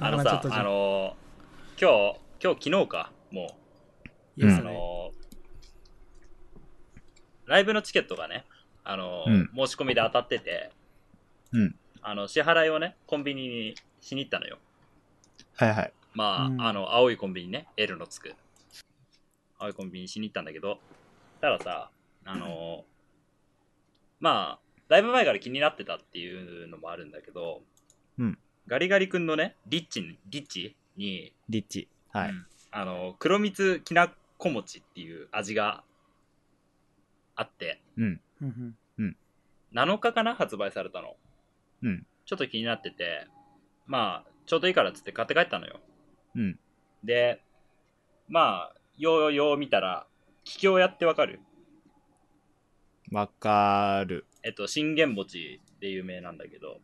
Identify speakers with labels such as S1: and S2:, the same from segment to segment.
S1: あの
S2: まちょっ
S1: さ
S2: と、じゃ
S1: あのー、今日、今日、昨日か、も
S2: いや
S1: う、あ
S2: それ
S1: のー、ライブのチケットがね、あのー、
S3: うん
S1: 申し込みで当たってて、
S3: うん
S1: あの、支払いをね、コンビニにしに行ったのよ。
S3: はいはい。
S1: まあ、
S2: うん
S1: あの、青いコンビニね、L のつく。青いコンビニしに行ったんだけど、たださ、あのーまあ、だいぶ前から気になってたっていうのもあるんだけど、
S3: うん
S1: ガリガリ君のね、リッチに、リッチに、
S3: リッチ。は
S1: う
S3: い。
S1: んあの、黒蜜きなこ餅っていう味があって、
S3: うん。
S2: うんうん
S1: 7日かな発売されたの。
S3: うん
S1: ちょっと気になってて、まあ、ちょうどいいからっつって買って帰ったのよ。
S3: うん。
S1: で、まあ、ようよう見たら、桔梗屋ってわかる
S3: わかる。
S1: えっと、信玄餅で有名なんだけど、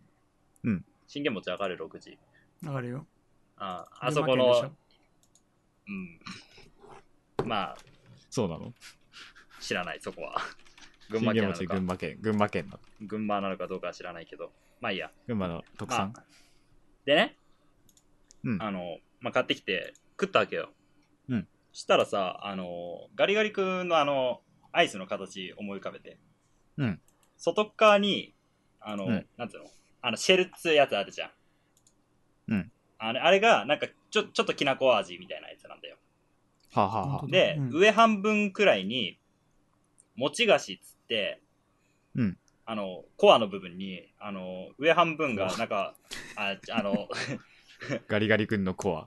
S3: うん。
S1: 信玄餅わかる ?6 時。
S2: わかるよ
S1: ああそこ
S2: 群馬県で
S1: の
S2: し、
S1: うん。まあ、
S3: そうなの
S1: 知らない、そこは。群
S3: 群
S1: 馬
S3: 馬
S1: 県な
S3: 県
S1: の
S3: 群
S1: か、
S3: 馬県。群馬県の。
S1: 群馬なのかどうかは知らないけど、まあいいや。
S3: 群馬の特産。
S1: まあでね、
S3: うん
S1: あの、まあ、買ってきて食ったわけよ。
S3: うん。
S1: そしたらさ、あの、ガリガリ君のあの、アイスの形思い浮かべて。
S3: うん。
S1: 外側に、あの、
S3: うん
S1: なんつうのあの、シェルっつうやつあるじゃん。
S3: うん。
S1: あれあれが、なんか、ちょ、ちょっときなこ味みたいなやつなんだよ。
S3: はあはあはあ
S2: 本当だ
S1: で、
S2: うん
S1: 上半分くらいに、餅菓子っつって、
S3: うん
S1: あの、コアの部分に、あの、上半分が、なんか、ああの、
S3: ガリガリ君のコア。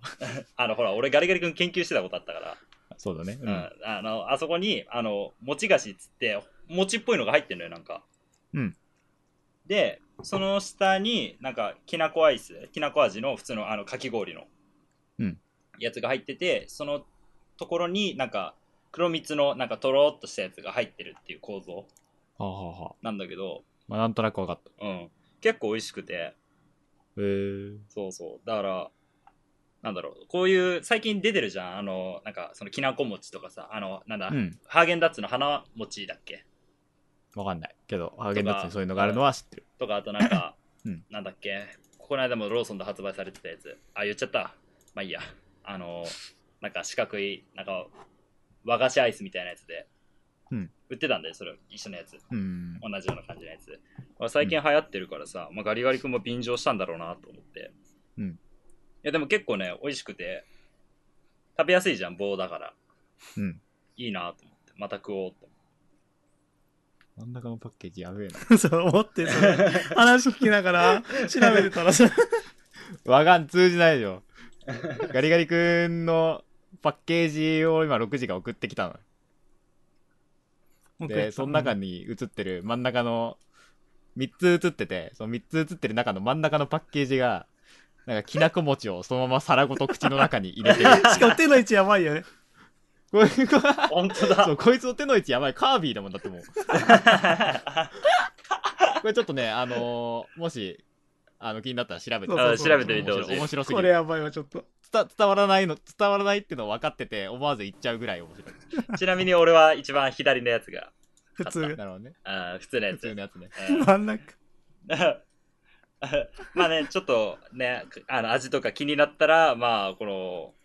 S1: あの、ほら、俺、ガリガリ君研究してたことあったから、
S3: そうだね。
S1: うん。あの、あそこに、あの、餅菓子っつって、餅っぽいのが入ってんのよ、なんか。
S3: うん。
S1: で、その下に、なんか、きなこアイス、きなこ味の普通の、あの、かき氷の、
S3: うん。
S1: やつが入ってて、そのところになんか、黒蜜の、なんか、とろーっとしたやつが入ってるっていう構造
S3: はあはあはあ。
S1: なんだけど、
S3: まあ、なんとなくわかった。
S1: うん。結構美味しくて、
S3: へえー。
S1: そうそう。だから、なんだろう、こういう、最近出てるじゃん、あの、なんか、その、きなこ餅とかさ、あの、なんだ、
S3: うん。
S1: ハーゲンダッツの花餅だっけ
S3: わかんない。けど、ハーゲンダッツにそういうのがあるのは知ってる。
S1: とか、あとなんか、
S3: うん
S1: なんだっけこの間もローソンで発売されてたやつ。あ、言っちゃった。まあいいや。あの、なんか四角い、なんか、和菓子アイスみたいなやつで、
S3: うん
S1: 売ってたんだよ、それ、一緒のやつ。
S3: うん。
S1: 同じような感じのやつ。まあ最近流行ってるからさ、まあ、ガリガリ君も便乗したんだろうなと思って。
S3: うん
S1: いや、でも結構ね、美味しくて、食べやすいじゃん、棒だから。
S3: うん。
S1: いいなと思って。また食おうと
S3: 真ん中のパッケージやべえな。
S2: そう思ってそれ話聞きながら調べてたらさ
S3: わかん、通じないよ。ガリガリ君のパッケージを今6時が送ってきたの。で、その中に映ってる真ん中の、3つ映ってて、その3つ映ってる中の真ん中のパッケージが、なんかきなこ餅をそのまま皿ごと口の中に入 れてる。
S2: しかも手の位置やばいよね
S3: こいつは
S1: 思って。本当
S3: そ
S1: だ
S3: う、こいつの手の位置やばい。カービィだもんだってもう。 これちょっとね、あのーもし、あの、気になったら調べて。
S2: そうそうそうあ調べ
S1: てみてほしい
S3: 面白すぎ
S2: こ
S3: る
S2: れ。やばいわちょっと
S3: 伝伝わらないの伝わらないっての分かってて思わず言っちゃうぐらい面白い
S1: ちなみに俺は一番左のやつが、
S2: 普通
S3: なるほ どね
S1: あー普通のや
S3: 普
S1: つ。
S3: 通のやつね
S1: うん
S2: 真ん中
S1: まあね、ちょっとね、あの味とか気になったら、まあ、この、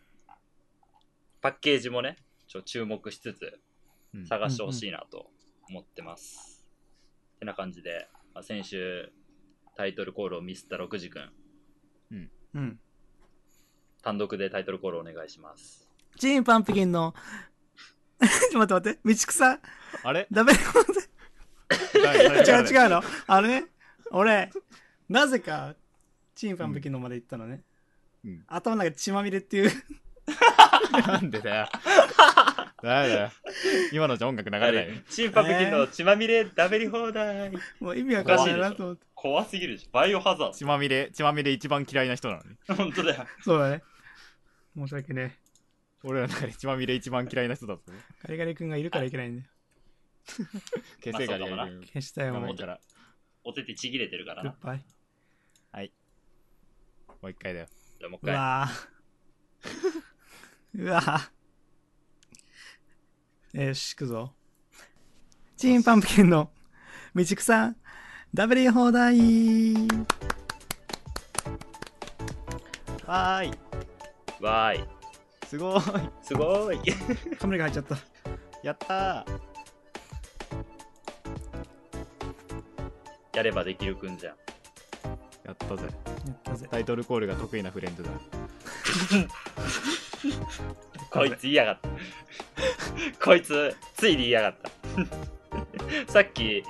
S1: パッケージもね、ちょっと注目しつつ
S3: うん
S1: 探してほしいなと思ってます。てな感じで、まあ、先週タイトルコールをミスった六時くん、
S2: うん
S1: 単独でタイトルコールお願いします。
S2: チーンパンプキンの ちょっと待って待って道草
S3: あれ
S2: ダメ違う
S3: う
S2: 違うの。あれね、俺、なぜか、チンパンプキンのまで行ったのね。
S3: うん
S2: 頭の中血まみれっていう。
S3: なんでだよなんだよ今のじゃ音楽流れないよ
S1: チーパブキンの血まみれダベり放題。
S2: もう意味わかんないなと思って。
S1: 怖すぎるでしょ。バイオハザー
S3: 血まみれ血まみれ一番嫌いな人なのに
S1: ド。本当だよ。
S2: そうだね。申し訳ねえ。
S3: 俺らの中で血まみれ一番嫌いな人だぞ
S2: ガリガリ君がいるからいけないんだよ。
S3: 結成が
S1: まあそうかもな
S2: 消したよ、
S3: 画
S2: もう
S3: 面。から
S1: お手手ちぎれてるから
S2: グッ
S1: な。
S2: バイ。
S3: もう一回だよ
S1: じゃあもう
S2: う
S1: 一回。
S2: わ ぁ。うわぁ。えー、しくぞ。チンパンプキンの道草、ダブリー放題
S3: わーい
S1: わーい。
S3: すごーい
S1: すごーい。
S2: カメラが入っちゃった。
S3: やったー
S1: やればできるくんじゃん。
S3: やったぜ
S2: やったぜ。
S3: タイトルコールが得意なフレンズだ
S1: こいつ言いやがった。 こいつ、ついに言いやがった。 さっき、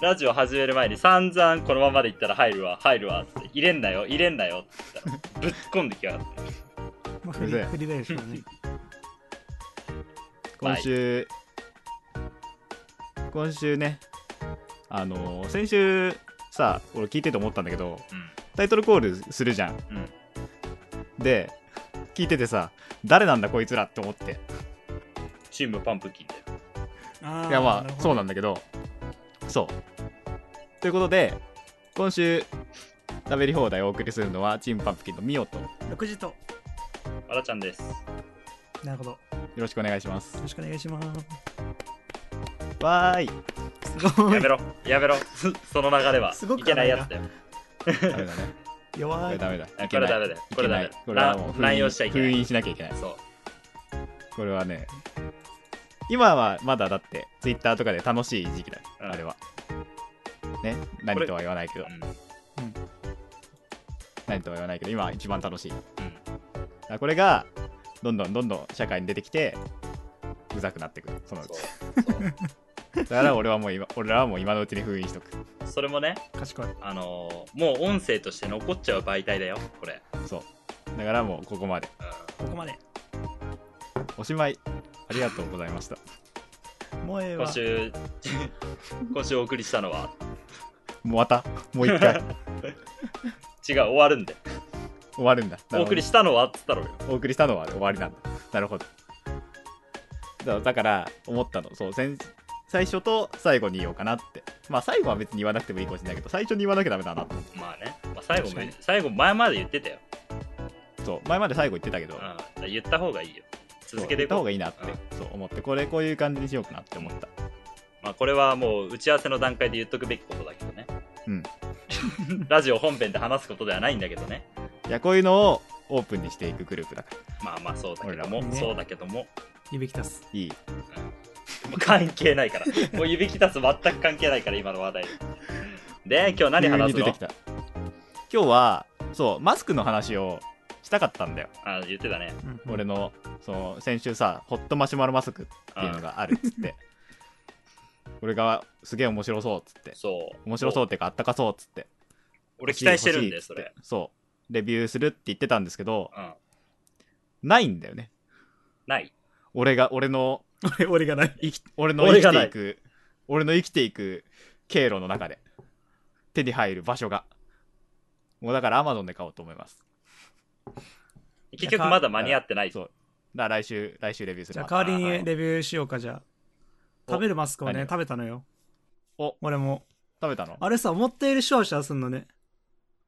S1: ラジオ始める前に散々このままでいったら入るわ、入るわって、入れんなよ、入れんなよって言ったら、ぶっ込んできやがった。
S2: まあ、振り
S3: うぜえ
S2: 振り返るしかね。
S3: 今週、今週ねあのー先週さ俺聞いてて思ったんだけどタイトルコールするじゃん
S1: うん、うん。
S3: で聞いててさ誰なんだこいつらって思って
S1: チームパンプキンだよ。
S2: あ
S3: いやまあそう
S2: な
S3: なんだけどそうということで今週食べり放題をお送りするのはチームパンプキンのミオとよ
S2: の。6時と。
S1: あらちゃんです。
S2: なるほど。よ
S3: ろしくお願いします
S2: ろしくお願いします。
S3: わーい
S2: すご
S1: や
S2: い
S1: め。ろ、やめろ、 そその流れは。
S2: すご
S1: い
S2: く
S1: けないやつだよ。
S3: ダメ だねこ
S2: 弱
S3: れ
S2: い。
S3: ダメだい
S1: こ
S3: け
S1: れ
S3: ない
S1: ダメだよ。これダメだよ。
S3: これはもう
S1: ら乱用しちゃいけな
S3: 封
S1: い。
S3: 印しなきゃいけない
S1: そう。
S3: これはね今はまだだってツイッターとかで楽しい時期だ、
S1: うん
S3: あれはね何とは言わないけど
S1: うん
S3: 何とは言わないけど今は一番楽しいだか
S1: うん
S3: らこれがどんどんどんどん社会に出てきてうざくなってくるそのう
S1: そう
S3: ち
S1: そう
S3: だから俺はもう今俺らはもう今のうちに封印しとく
S1: それもね、
S2: 賢い。
S1: あのーもう音声として残っちゃう媒体だよ、これ。
S3: そうだからもうここまで
S1: う
S2: ここまで。
S3: おしまいありがとうございました
S2: もうええ
S1: ん、
S2: わ
S1: 今。週、 今週お送りしたのは、
S3: もうまたもう 一回
S1: 違う、終わるんで。
S3: 終わるんだ
S1: お送り
S3: し
S1: したのはっつったろよ。
S3: お送りしたのは終わりなんだなるほどだだから思ったのそう先最初と最後に言おうかなってまあ最後は別に言わなくてもいいかもしれないけど最初に言わなきゃダメだなと思って
S1: まあね、まあ、最
S2: 確
S1: 後も
S2: かに、
S1: 最後前まで言ってたよ。
S3: そう前まで最後言ってたけ
S1: う
S3: ど
S1: ん、だから言った方がいいよ。続けてい
S3: そう言った
S1: こ
S3: 方
S1: う。
S3: がいいなって、そう思ってこれこういう感じにしようかなって思った
S1: まあ、これはもう打ち合わせの段階で言っとくべきことだけどね。
S3: うん。
S1: ラジオ本編で話すことではないんだけどね。
S3: いやこういうのをオープンにしていくグループだから
S1: まあまあそうだけど
S3: 俺
S1: も、
S2: らもね
S1: そうだけども、
S2: いびき足す。
S3: いい
S1: もう関係ないから。もう指き立つ全く関係ないから、今の話題。で、今日何話す
S3: 急に
S1: の
S3: 出てきた今日はそうマスクの話をしたかったんだよ、
S1: あ言ってたね。
S2: うん
S3: 俺。のその先週さホットマシュマロマスクっていうのがあるっつって俺がすげえ面白そうっつって
S1: そう。
S3: 面白そうっていうかあったかそうっつって
S1: 俺期待してるんで、
S3: 欲しい
S1: そ
S3: 欲しいっ
S1: れ
S3: つっ。てそうレビューするって言ってたんですけど
S1: うん。
S3: ないんだよね
S1: ない。
S3: 俺が俺の
S2: 俺、俺がない。
S3: 生き俺の
S1: 俺
S3: 生
S1: が
S3: き
S1: な
S3: て
S1: い
S3: いく俺の生きていく経路の中で手に入る場所がもうだからアマゾンで買おうと思います
S1: 結局まだ間に合ってない。
S3: そうだから来週来週レビューす
S2: じ
S3: る
S2: ゃあ代わり
S1: あーはい
S2: にレビューしようか、じゃあ。
S3: お
S2: 食べるマスクをね、
S3: 何を
S2: 食べたのよ。
S3: お
S2: 俺も。
S3: 食べたの
S2: あれさ、思ったよりシュワシュワすんのね。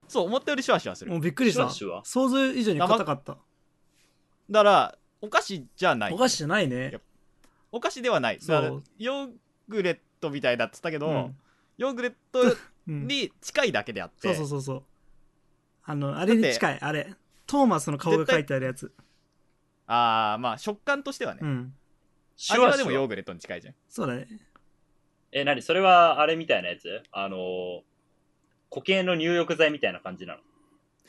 S3: そう思ったよりシュワシュワす
S2: も
S3: る
S2: うびっくりし
S1: シュ
S2: た。
S1: ワシュワ
S2: 想像以上に硬かった。
S3: だからお菓子じゃない
S2: お菓子じゃないね。
S3: お菓子ではない
S2: そう
S3: だからヨーグレットみたいだっつったけど、
S2: うん
S3: ヨーグレット
S2: うん
S3: に近いだけであっ
S2: そう
S3: て、
S2: そうそうそう。あの、あれに近い、あれ。トーマスの顔が書いてあるやつ。
S3: ああまあ食感としてはね、
S2: うん。
S1: シ
S3: 味
S1: ュワ
S3: は
S1: シ
S3: でも
S1: ュ
S3: ヨ
S1: ワ
S3: ーグレットに近いじゃん
S2: そうだね。
S1: え、なにそれはあれみたいなやつあのー、固形の入浴剤みたいな感じなの。い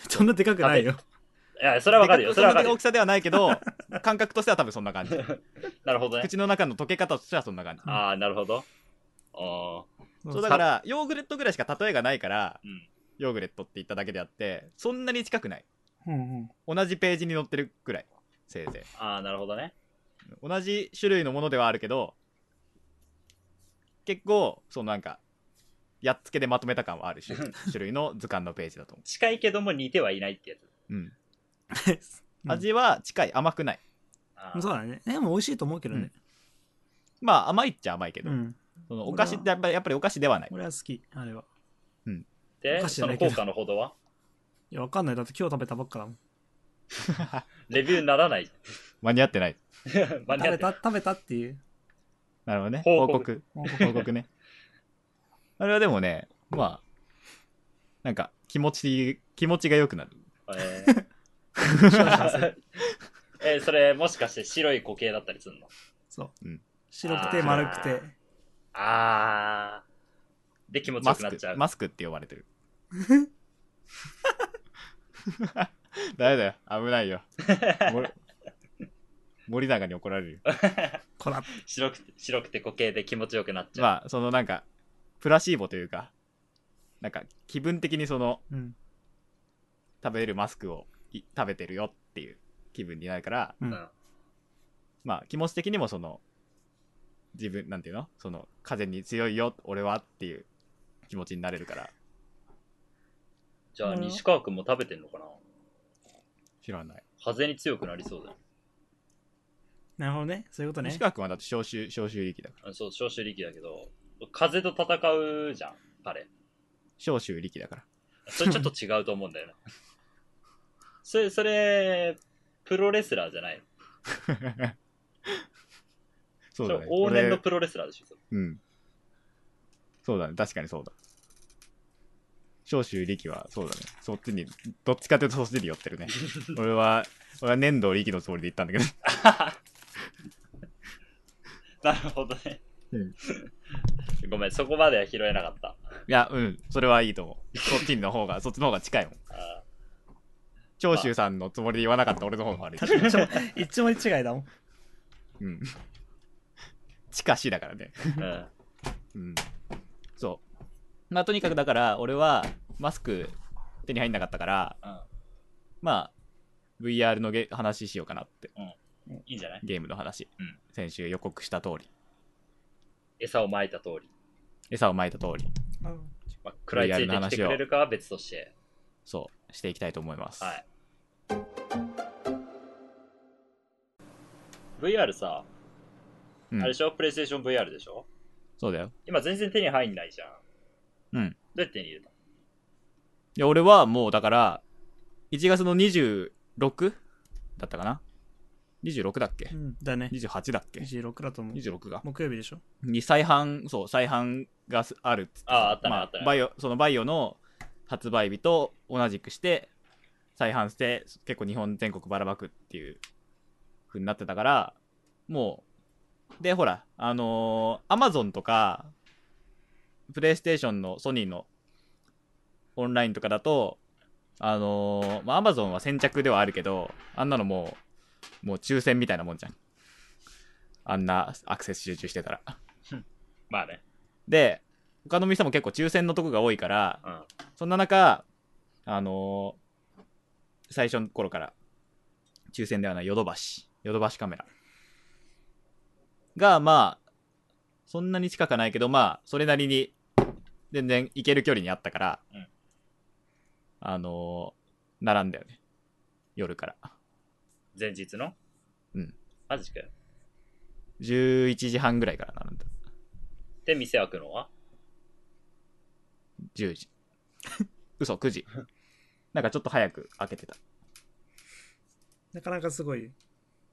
S2: そんなでかくないよ。
S1: や、それはわかるよ。
S3: で
S1: それはわかる
S3: そんな
S1: よ
S3: 大。きさではないけど感覚としては多分そんな感じ
S1: なるほどね。
S3: 口の中の溶け方としてはそんな感じ
S1: ああ、なるほど。ああ、
S3: そうだからヨーグレットぐらいしか例えがないから
S1: うん。
S3: ヨーグレットって言っただけであってそんなに近くない
S2: うんうん。
S3: 同じページに載ってるぐらいせいぜ
S1: ああ、なるほどね。
S3: い同じ種類のものではあるけど結構そのなんかやっつけでまとめた感はある種種類の図鑑のページだと思
S1: 近いけども似てはいないってやつ。
S3: う、うん、
S2: うん
S3: 味は近い甘くない
S1: あ
S2: そう
S1: ー
S2: だね。でも美味しいと思うけどね。
S3: まあ甘いっちゃ甘いけ
S2: う
S3: ど、
S2: ん。
S3: そのお菓子ってやっぱりやっぱりお菓子ではない
S2: 俺は好き、あれは。お
S1: で、
S2: 菓子じ
S1: そ
S2: ゃな
S1: の
S2: いけど
S1: 効果のほどはい
S2: や、わかんない。だって今日食べたばっかだもん。
S1: レビューにならないじ
S3: 間に合 ってない
S1: ゃん。間
S2: 食べ
S1: に合って な
S2: た
S1: い
S2: 食べたっていう。
S3: なるほどね
S1: 報
S3: 報
S1: 告
S3: 告報 告ねあれはでもねまあなんか気持ち気持ちが良くなる
S1: え ー えーそれもしかして白い固形だったりするの
S2: そう、
S3: うん
S2: 白くて丸くて
S1: あー。で気持ちよ
S3: マ
S1: く
S3: ス
S1: なっちゃ
S3: ク
S1: う。
S3: マスクって呼ばれ てるダメだよ危ないよ森 森永に怒られるよ
S2: こら
S1: 白くて白くて固形で気持ちよくなっちゃう。
S3: まあそのなんかプラシーボというかなんか気分的にその
S2: うん
S3: 食べるマスクをい食べてるよっていう気分になるから
S2: うん
S1: うん
S3: まあ気持ち的にもその自分なんていうのその風に強いよ俺はっていう気持ちになれるから
S1: じゃあ、
S2: うん
S1: 西川君も食べてんのかな
S3: 知らない、
S1: 風に強くなりそうだよ。
S2: なるほどねそういうことね
S3: 西川君はだって消臭消臭力だから
S1: あそう、消臭力だけど、風と戦うじゃん、彼。
S3: 消臭力だから
S1: それちょっと違うと思うんだよね。 それ、それ、プロレスラーじゃないの
S3: そうだね。
S1: れ往年の
S3: 俺
S1: プロレスラーでしょ、それ
S3: うん。そうだね。確かにそうだ。長州力は、そうだね。そっちに、どっちかというとそっちに寄ってる ね。俺は、俺は粘土力のつもりで言ったんだけど。
S1: なるほどね。
S3: うん
S1: ごめん、そこまでは拾えなかった。
S3: いや、うん。それはいいと思う。そっちの方が、そっちの方が近いもん。
S1: あ
S3: 長州さんのつもりで言わなかった俺の方が悪い。
S2: 一応 一丁一違いだもん
S3: うん。地下死だからね。
S1: ーうん
S3: うん。そう。まあ、とにかくだから、俺は、マスク、手に入んなかったから、
S1: うん
S3: まあ、VR のゲ話しようかなって。
S1: いいんじゃない
S3: ゲームの話、
S1: うん
S3: 先週予告した通り
S1: 餌をまいた通り。
S3: 餌をまいた通り
S2: うん
S1: まあ、食らいついてきてくれるかは別として。
S3: そうしていきたいと思います、
S1: はい。VR さ、
S3: うん
S1: あれでしょプレイステーション VR でしょ
S3: そうだよ
S1: 今全然手に入んないじゃん。
S3: うん
S1: どうやって手に入れた
S3: で俺はもうだから1月の26だったかな26だっけ
S2: うんだね
S3: 28だっけ
S2: 26だと思う
S3: 26が
S2: 木曜日でしょ
S3: に再販そう再販がすあるっつって
S1: あああったね
S3: ま
S1: あったね
S3: バイオそのバイオの発売日と同じくして再販して結構日本全国ばらまくっていう風になってたからもうでほらあのアマゾンとかプレイステーションのソニーのオンラインとかだとあのまあアマゾンは先着ではあるけどあんなのもうもう抽選みたいなもんじゃんあんなアクセス集中してたら
S1: まあね。
S3: で、他の店も結構抽選のとこが多いから、
S1: うん。
S3: そんな中、あのー最初の頃から、抽選ではないヨドバシ、ヨドバシカメラが、まあ、そんなに近くはないけど、まあ、それなりに、全然行ける距離にあったから、
S1: うん
S3: あのー並んだよね。夜から。
S1: 前日の
S3: うん。
S1: マジかよ。
S3: 11時半ぐらいから並んだ。
S1: で、店開くのは
S3: 10時。 嘘、9時。なんかちょっと早く開けてた。
S2: なかなかすごい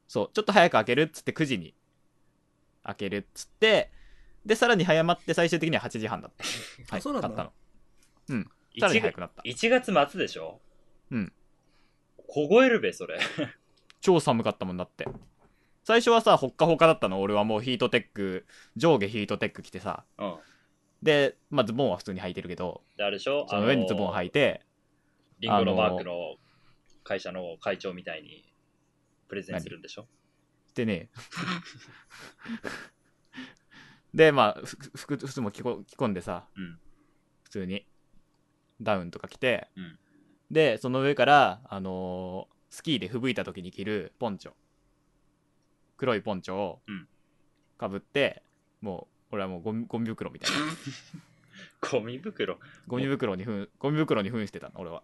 S3: そう、ちょっと早く開けるっつって9時に開けるっつって、で、さらに早まって最終的には8時半 だった。はい、
S2: そうなんだ
S3: 買ったの。さら
S1: 1
S3: に早
S1: 月
S3: くなった。
S1: 1月末でしょ
S3: うん。
S1: 凍えるべ、それ。
S3: 超寒かったもんだって。最初はさ、ほっかほかだったの。俺はもうヒートテック、上下ヒートテック着てさ。
S1: うん。
S3: で、まあズボンは普通に履いてるけど、
S1: で、あれでしょ
S3: その上にズボン
S1: あの
S3: 履いて、
S1: リンゴのマークの会社の会長みたいにプレゼンするんでしょ
S3: してねで、まあ、ふふ服、服も着こ着込んでさ、
S1: うん
S3: 普通に、ダウンとか着て、
S1: うん
S3: で、その上から、あのースキーで吹雪いた時に着るポンチョ。黒いポンチョを
S1: うん、
S3: かぶって、もう、俺はもうゴミゴミ袋みたいな。
S1: ゴミ袋。
S3: ゴミ袋にふん、ゴミ袋にふんしてたの、俺は。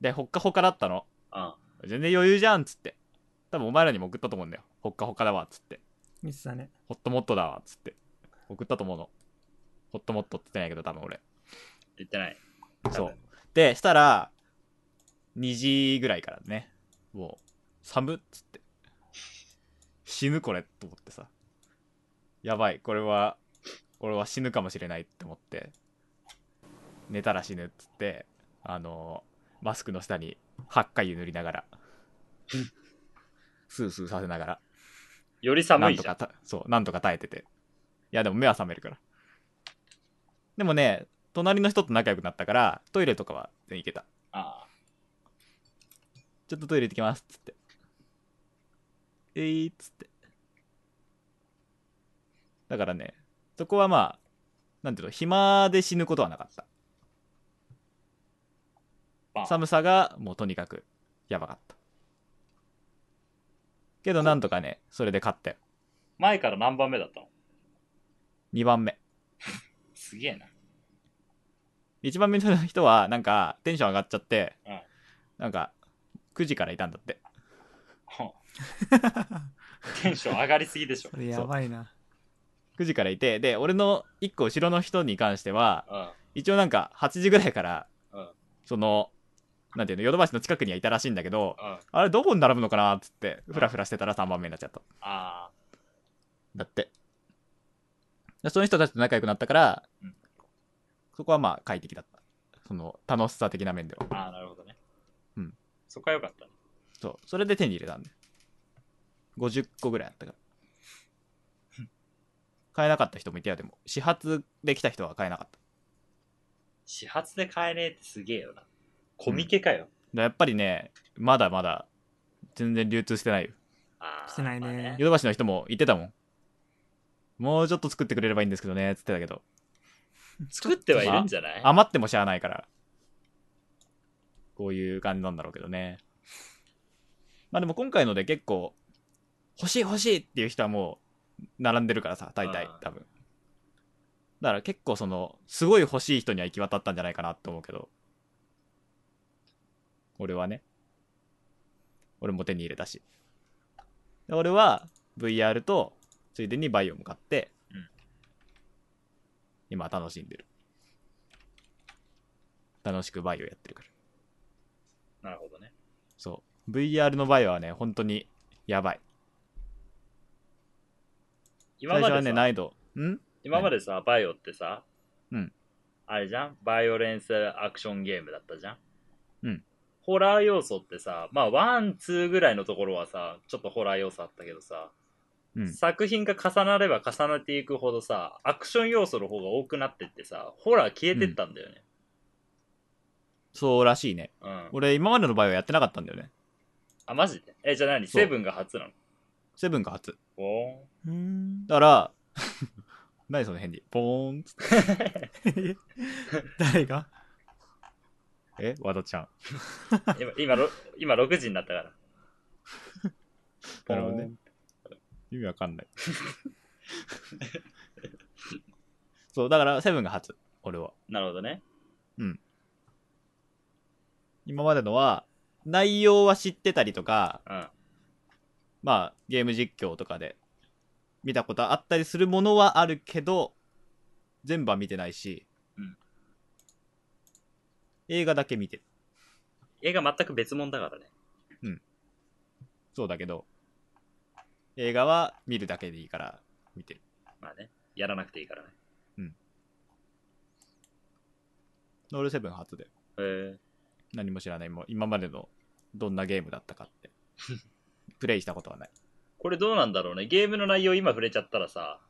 S3: で、ほっかほかだったの。
S1: あ
S3: 全然余裕じゃんっつって。多分お前らにも送ったと思うんだよ。ほっかほかだわ、っつって。
S2: ミスだね
S3: ホットモットだわ、つって。送ったと思うの。ホットモットって言ってないけど、多分俺。
S1: 言ってない。
S3: そう。で、したら、2時ぐらいからね、もう、寒っ、つって。死ぬこれ、と思ってさ。やばい、これは、俺は死ぬかもしれないって思って、寝たら死ぬっつって、あのマスクの下に8回湯塗りながら。スースーさせなが
S1: より
S3: ら。な
S1: 寒
S3: ん
S1: い
S3: と
S1: じゃ
S3: か
S1: ん。
S3: た、そう、なんとか耐えてて。いや、でも目は覚めるから。でもね、隣の人と仲良くなったから、トイレとかは全然行けた。
S1: あ
S3: ちょっとトイレ行ってきますっつって。えいっつって。だからね、そこはまあ、なんていうの、暇で死ぬことはなかっ
S1: あ
S3: た。寒さがもうとにかくやばかった。けどなんとかね、それで勝ったよ。
S1: 前から何番目だったの
S3: 2番目。
S1: すげえな。
S3: 1番目の人はなんかテンション上がっちゃって、
S1: うん
S3: なんか9時からいたんだって。
S1: ほうテンション上がりすぎでしょ。
S2: それやばいな。
S3: 9時からいて、で、俺の1個後ろの人に関しては、
S1: うん。
S3: 一応なんか8時ぐらいから、
S1: うん
S3: そのなんていうのヨドバシの近くにはいたらしいんだけど
S1: うん。あ
S3: あれどこに並ぶのかなっつってフラフラしてたら3番目になっちゃった
S1: あ
S3: だってその人たちと仲良くなったから、
S1: うん
S3: そこはまあ快適だったその楽しさ的な面では
S1: ー、ああ、なるほどね。
S3: うん。
S1: そこはよかったね。
S3: そうそれで手に入れたんで50個ぐらいあったから買えなかった人もいたよでも始発で来た人は買えなかった
S1: 始発で帰れってすげえよな。コミケかよ。
S3: でやっぱりねまだまだ全然流通してないよ
S1: ああ。
S2: してないね
S1: まあ
S3: ヨドバシの人も言ってたもん。もうちょっと作ってくれればいいんですけどね、つってたけど。
S1: 作ってはいるんじゃない
S3: 余ってもしゃあないから。こういう感じなんだろうけどね。まあでも今回ので結構、欲しい欲しいっていう人はもう、並んでるからさ、大体
S1: あ、ー
S3: 多分。だから結構その、すごい欲しい人には行き渡ったんじゃないかなって思うけど。俺はね。俺も手に入れたし。で俺は VR と、ついでにバイオも買って、
S1: うん
S3: 今楽しんでる。楽しくバイオやってるから。
S1: なるほどね。
S3: そう。VR のバイオはね、本当にやばい。
S1: 今
S3: 最
S1: ま
S3: 初
S1: でさ、
S3: はね、難易度。ん
S1: 今までさ、バイオってさ、
S3: うん。
S1: あれじゃんバイオレンスアクションゲームだったじゃん
S3: うん。
S1: ホラー要素ってさ、まあ、ワン、ツーぐらいのところはさ、ちょっとホラー要素あったけどさ、
S3: うん。
S1: 作品が重なれば重なっていくほどさ、アクション要素の方が多くなってってさ、ホラー消えてったんだよね。
S3: そうらしいね。
S1: うん。
S3: 俺、今までのバイオやってなかったんだよね。
S1: あ、マジでえ、じゃあ何
S3: そう
S1: セブンが初なの
S3: セブンが初。
S1: おー
S2: うーん。
S3: だから、 何その返事。ポーンっつって。
S2: 誰が
S3: え和田ちゃん。
S1: 今、今ろ、今6時になったから。ポ
S3: な
S1: ーン
S3: るほどね。意味わかんない。 そう、だから、セブンが初。俺は。
S1: なるほどね。
S3: 今までのは、内容は知ってたりとか、
S1: うん。
S3: まあ、ゲーム実況とかで見たことあったりするものはあるけど、全部は見てないし、
S1: うん
S3: 映画だけ見てる。
S1: 映画全く別物だからね。
S3: そうだけど、映画は見るだけでいいから見てる。
S1: まあね。やらなくていいからね。
S3: ノールセブン初で
S1: へえ。
S3: 何も知らない。もう今までのどんなゲームだったかって。プレイしたことはない。
S1: これどうなんだろうね。ゲームの内容今触れちゃったらさ、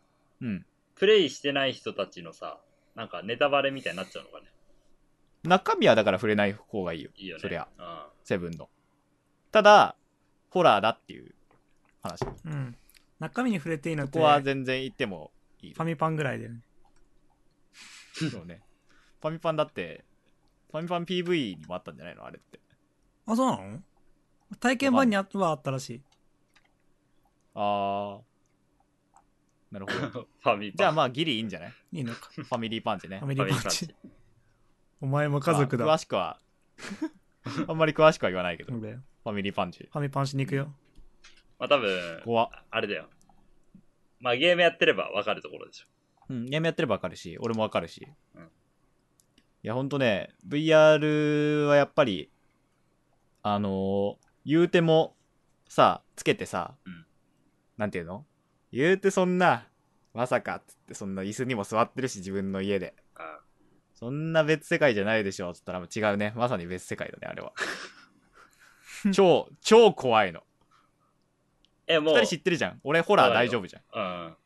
S3: うん。
S1: プレイしてない人たちのさ、なんかネタバレみたいになっちゃうのかね。
S3: 中身はだから触れない方がいいよ。
S1: いいよね。
S3: そりゃ、
S1: うん。
S3: セブンの。ただ、ホラーだっていう話。こ
S2: うん。中身に触れていいのって、
S3: こは全然言ってもいいです
S2: ファミパンぐらいだよね。
S3: そうね。ファミパンだって、ファミパン PV にもあったんじゃないのあれって。
S2: あ、そうなの体験版にあっはあったらしい。
S3: あー。なるほ ど。
S1: ファミパン。
S3: じゃあまあギリいいんじゃない
S2: いいのか。
S3: ファミリーパンチね
S2: ア。メ
S1: ファ
S2: リ
S1: ミ
S2: カ
S1: パン
S2: チ
S1: チ。。
S2: お前も家族だ。
S3: まあ詳しくは、 あんまり詳しくは言わないけど、フ
S2: 俺フ
S3: ァミリーパンチ。
S2: ァミパンしに行くよ。
S1: まあ多分、
S3: 怖っ
S1: あれだよ。まあゲームやってればわかるところでしょ。
S3: うん、ゲームやってればわかるし、俺もわかるし。
S1: うん
S3: いや、ほんとね、VR はやっぱり、あのー言うても、さ、つけてさ、
S1: うん
S3: なんていうの言うてそんな、まさかっつって、そんな椅子にも座ってるし、自分の家で。
S1: うん。
S3: そんな別世界じゃないでしょっつったら、違うね。まさに別世界だね、あれは。超、超怖いの。
S1: え、もう、
S3: 二人知ってるじゃん。俺ホラー大丈夫じゃ
S1: う
S3: ん。
S1: ん。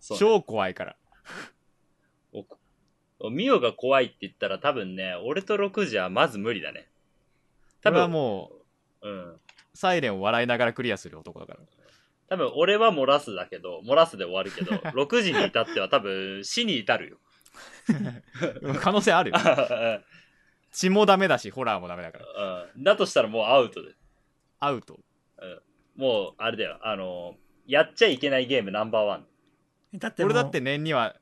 S1: そうね
S3: 超怖いから。
S1: おミオが怖いって言ったら多分ね、俺と6じゃまず無理だね。多
S3: 多分
S1: 分、
S3: はも
S1: う、うん。
S3: う、サイレンを笑いながらクリアする男だから。
S1: 多分俺は漏らすだけど、漏らすで終わるけ ど、6時に至っては多分死に至るよ。
S3: 可能性あるよ。血もダメだし、ホラーもダメだから。
S1: うん、だとしたらもうアウトで。
S3: アウト。
S1: もう、あれだよ。あの、やっちゃいけないゲームナンバーワン。
S2: だってもう
S3: 俺だって念には、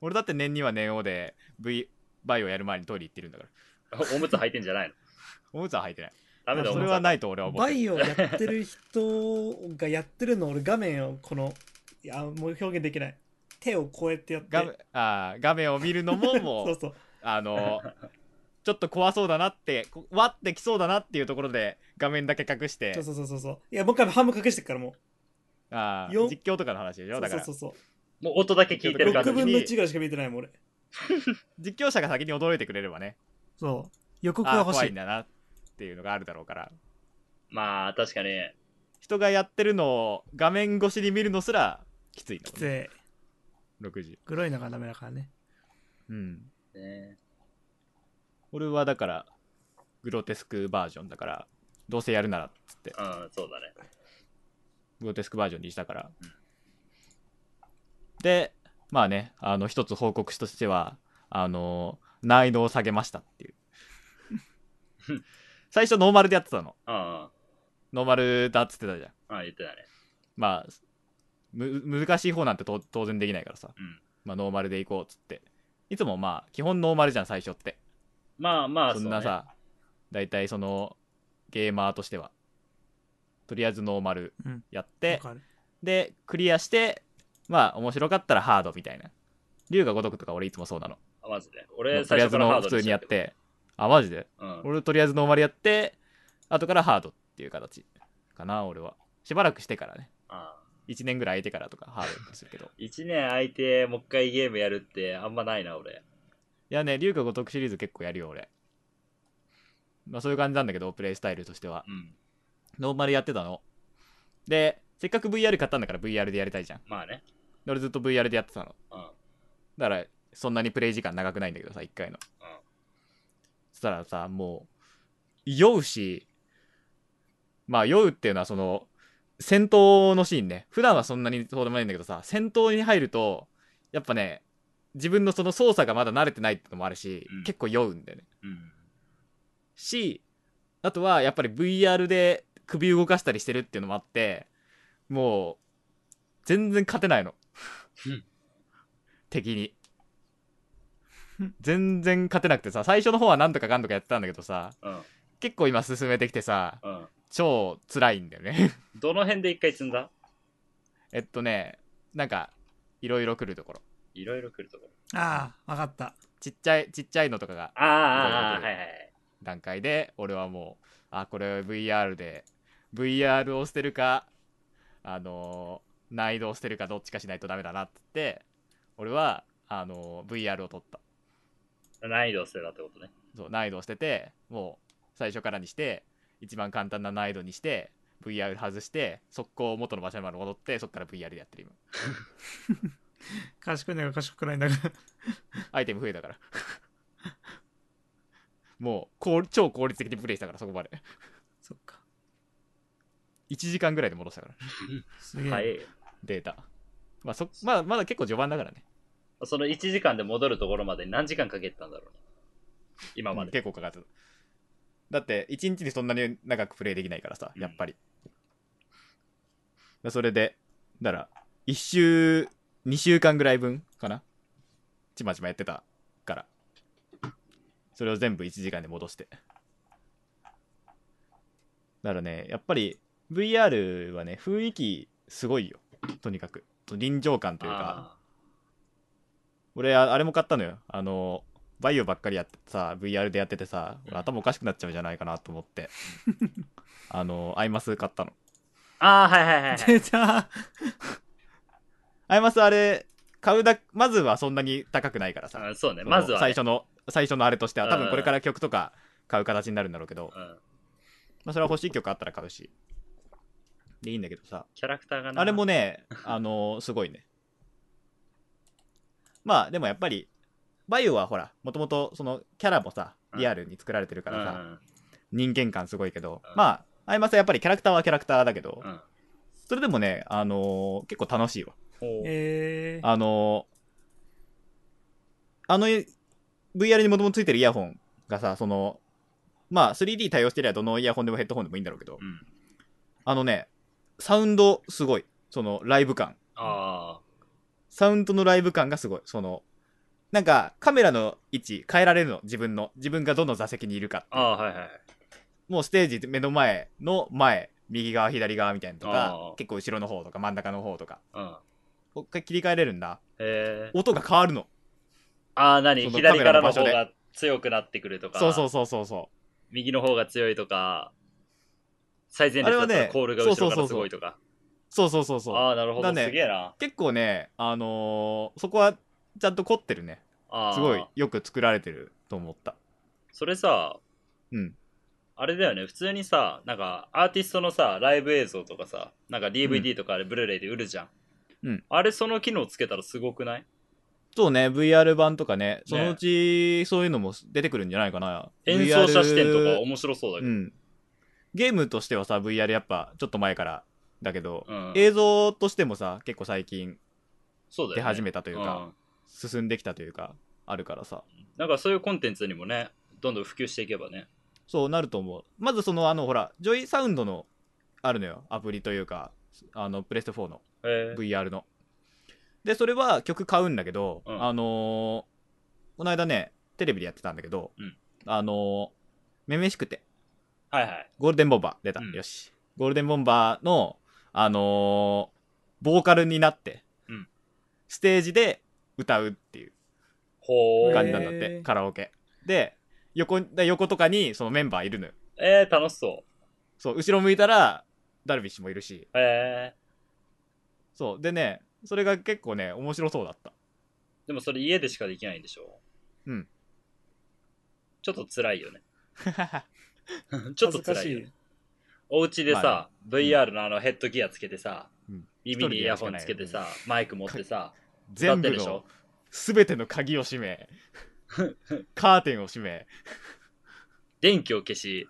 S3: 俺だって念には念をで V バイオやる前にトイレ行ってるんだから。
S1: おむつ履いてんじゃ ないの
S3: おむつは履いてない。
S1: ダメだよ、お
S3: そ
S1: む
S3: れ
S1: つ
S3: は
S1: は
S3: ないと俺は思っ
S2: バ
S3: てる。
S2: イオやってる人がやってるの俺画面をこのいやもう表現できない手をこうやってやって
S3: 画面あー画面を見るのももう
S2: そうそう
S3: あのちょっと怖そうだなってこわってきそうだなっていうところで画面だけ隠して
S2: そうそうそうそうそういやもう一回半分隠してるからもう
S3: あー
S2: よ
S3: 実況とかの話でしょ
S2: そう
S3: だか
S2: そう
S3: ら
S2: そうそう
S1: もう音だけ聞いてる感
S2: 6
S1: じ。
S2: 分の1ぐらいしか見えてないもん俺
S3: 実況者が先に驚いてくれればね
S2: そう予告が
S3: あー
S2: 欲し
S3: 怖い
S2: い
S3: んだなっていうのがあるだろうから
S1: まあ、確かに。
S3: 人がやってるのを画面越しに見るのすらきついの
S2: きつい
S3: 6時
S2: グロいのがダメだからね
S3: うん
S1: ね、
S3: 俺はだからグロテスクバージョンだからどうせやるならっつって
S1: うん、そうだね。
S3: グロテスクバージョンにしたから、
S1: うん
S3: でまあねあの一つ報告としてはあの難易度を下げましたっていう最初ノーマルでやってたの
S1: うん、うん。
S3: ノーマルだっつってたじゃん
S1: あ言ってたね。
S3: まあむ難しい方なんてと当然できないからさ、
S1: うん
S3: まあ、ノーマルでいこうっつっていつもまあ基本ノーマルじゃん最初って
S1: まあまあ、
S3: そんな
S1: うね、
S3: さ大体そのゲーマーとしてはとりあえずノーマル
S2: うん
S3: やって
S2: わ、かる
S3: でクリアしてまあ面白かったらハードみたいな龍が如くとか俺いつもそうなの、
S1: あマジで。俺、
S3: と
S1: 最
S3: りあえ
S1: 初か
S3: ず
S1: らハ
S3: の
S1: ード
S3: 普通にやっ
S1: したけ
S3: てあマジで
S1: ど。うん。
S3: 俺とりあえずノーマルやって後からハードっていう形かな俺はしばらくしてからね
S1: あ
S3: 1年ぐらい空いてからとかハードにするけどい
S1: 1年空いて、もう一回ゲームやるって、あんまないな、俺。
S3: やね龍が如くシリーズ結構やるよ俺まあそういう感じなんだけどプレイスタイルとしては
S1: うん。
S3: ノーマルやってたの。で、せっかく VR 買ったんだから VR でやりたいじゃん。
S1: まあね。
S3: で俺ずっと VR でやってたの。
S1: うん。
S3: だから、そんなにプレイ時間長くないんだけどさ、1回の。
S1: うん
S3: そしたらさ、もう、酔うし、まあ、酔うっていうのはその、戦闘のシーンね。普段はそんなにそうでもないんだけどさ、戦闘に入ると、やっぱね、自分のその操作がまだ慣れてないってのもあるし、
S1: うん
S3: 結構酔うんだよね。
S1: うん。
S3: しあとはやっぱり VR で首動かしたりしてるっていうのもあってもう全然勝てないの
S1: うん
S3: 敵に
S2: うん
S3: 全然勝てなくてさ最初の方はなんとかかんとかやってたんだけどさ
S1: うん。
S3: 結構今進めてきてさ
S1: うん。
S3: 超辛いんだよね
S1: どの辺で一回積んだ
S3: えっとねなんかいろいろ来るところ
S1: いろいろ来るところ。
S2: ああわかった
S3: ちっちゃいちっちゃいのとかが
S1: ああああ、
S3: いろいろ来る
S1: はいはい。
S3: 段階で俺はもうあこれ VR で VR を捨てるかあのー難易度を捨てるかどっちかしないとダメだなっつって俺はあのー VR を取った
S1: 難易度を捨てたってことね。
S3: そう難易度を捨ててもう最初からにして一番簡単な難易度にして VR 外して速攻元の場所まで戻ってそっから VR でやってる
S2: 賢いんだから賢くないんだから
S3: 今アイテム増えたから もう効超効率的にプレイしたからそこまで
S2: そっか
S3: 1時間ぐらいで戻したから
S2: すげえ、
S1: はい。
S3: データまあそまあまだ結構序盤だからね
S1: その1時間で戻るところまで何時間かけてたんだろうね。今ま
S3: うん
S1: で。
S3: 結構かかってただって一日にそんなに長くプレイできないからさ
S1: うん
S3: やっぱり、だそれでだから1週2週間ぐらい分かなちまちまやってたからそれを全部1時間で戻してだからねやっぱり VR はね雰囲気すごいよとにかくと臨場感というか
S1: あ
S3: 俺ああれも買ったのよあのバイオばっかりやってさ VR でやっててさ俺頭おかしくなっちゃうんじゃないかなと思って あのアイマス買ったの
S1: ああ、はいはいはいはい。
S2: 出た
S3: アイマスあれ買うだまずはそんなに高くないからさ
S1: あそうね、
S3: その
S1: まずはね、
S3: 最初の最初のあれとしては多
S1: う
S3: 分
S1: ん
S3: これから曲とか買う形になるんだろうけど
S1: うん
S3: まあ、それは欲しい曲あったら買うし。で、いいんだけどさ。
S1: キャラクターがな
S3: あれもね、あのすごいね。まあ、でもやっぱり、バイオはほら、もともとそのキャラもさ、リアルに作られてる
S1: う
S3: か
S1: ん
S3: らさ、人間感すごいけど、
S1: うん
S3: まあ、あいまさんやっぱりキャラクターはキャラクターだけど
S1: う、ん
S3: それでもね、あのー結構楽しいわ。
S1: ほう
S2: えー、
S3: あのーあの VR にもともとついてるイヤホンがさ、その、まあ 3D 対応してりゃどのイヤホンでもヘッドホンでもいいんだろうけど
S1: う、ん
S3: あのね、サウンドすごい。そのライブ感。
S1: あ
S3: サウンドのライブ感がすごい。その、なんかカメラの位置変えられるの。自分の。自分がどの座席にいるか。
S1: あ、ああ、はいはい。
S3: もうステージ目の前の前、右側、左側みたいなのと
S1: あ
S3: か
S1: ー、
S3: 結構後ろの方とか真ん中の方とか、
S1: うん。
S3: もう一回切り替えれるんだ。
S1: えー、
S3: 音が変わるの。
S1: ああ、何
S3: その
S1: 左から
S3: カメラの
S1: の
S3: 場所
S1: 方
S3: で
S1: が強くなってくるとか、
S3: そうそうそうそうそう。
S1: 右の方が強いとか、最前列だっ
S3: あ
S1: た
S3: れは
S1: ら
S3: ね
S1: コールが後ろか
S3: そうそうそ
S1: ら
S3: う
S1: す
S3: そう
S1: ごいとか。
S3: そうそうそうそう。
S1: ああ、なるほど、
S3: だね
S1: すげえな。
S3: 結構ね、あのーそこはちゃんと凝ってるね。
S1: ああ、
S3: すごい。よく作られてると思った。
S1: それさ、
S3: うん。
S1: あれだよね、普通にさ、なんかアーティストのさ、ライブ映像とかさ、なんか DVD とかあれ、ブルーレイで売るじゃん。
S3: うん
S1: あれ、その機能つけたらすごくない
S3: そうね、VR 版とかね、そのうちそういうのも出てくるんじゃないかな。
S1: 演奏者視点とか
S3: VR
S1: 面白そうだけ
S3: う
S1: ど。
S3: ん。ゲームとしてはさ、VR やっぱちょっと前からだけど、
S1: うん
S3: 映像としてもさ、結構最近
S1: そうだよ、ね。
S3: 出始めたというか、
S1: うん
S3: 進んできたというか、あるからさ。
S1: なんかそういうコンテンツにもね、どんどん普及していけばね。
S3: そうなると思う。まずその、あの、ほら、ジョイサウンドの、あるのよ、アプリというか、あの、プレステ4の。
S1: えー
S3: VR の。で、それは曲買うんだけど、
S1: うん
S3: あのーこの間ね、テレビでやってたんだけど、
S1: うん
S3: あのー、めめしくて、
S1: はいはい。
S3: ゴールデンボンバー出た、
S1: うん
S3: よし。ゴールデンボンバーの、あのーボーカルになって、
S1: うん
S3: ステージで歌うっていう
S1: ほう。
S3: 感じなんだっ
S2: へ
S3: て、
S2: ー
S3: カラオケ。で、横に、で横とかにそのメンバーいるのよ。
S1: えー、楽しそう。
S3: そう、後ろ向いたら、ダルビッシュもいるし、
S1: え
S3: そう。でね、それが結構ね、面白そうだ った。
S1: ー、でもそれ家でしかできないんでしょ
S3: うん。
S1: ちょっと辛いよね。ちょっと辛いよ
S2: 恥ずかし
S1: ね
S2: い。
S1: お家でさ、
S3: ま
S1: VR のあのヘッドギアつけてさ、
S3: うん
S1: 耳にイヤホンつけてさ、マイク持ってさ、
S3: 全
S1: 歌
S3: 部
S1: ってるでしょ
S3: の全ての鍵を 閉めカーテンを閉め
S1: 電気を消し、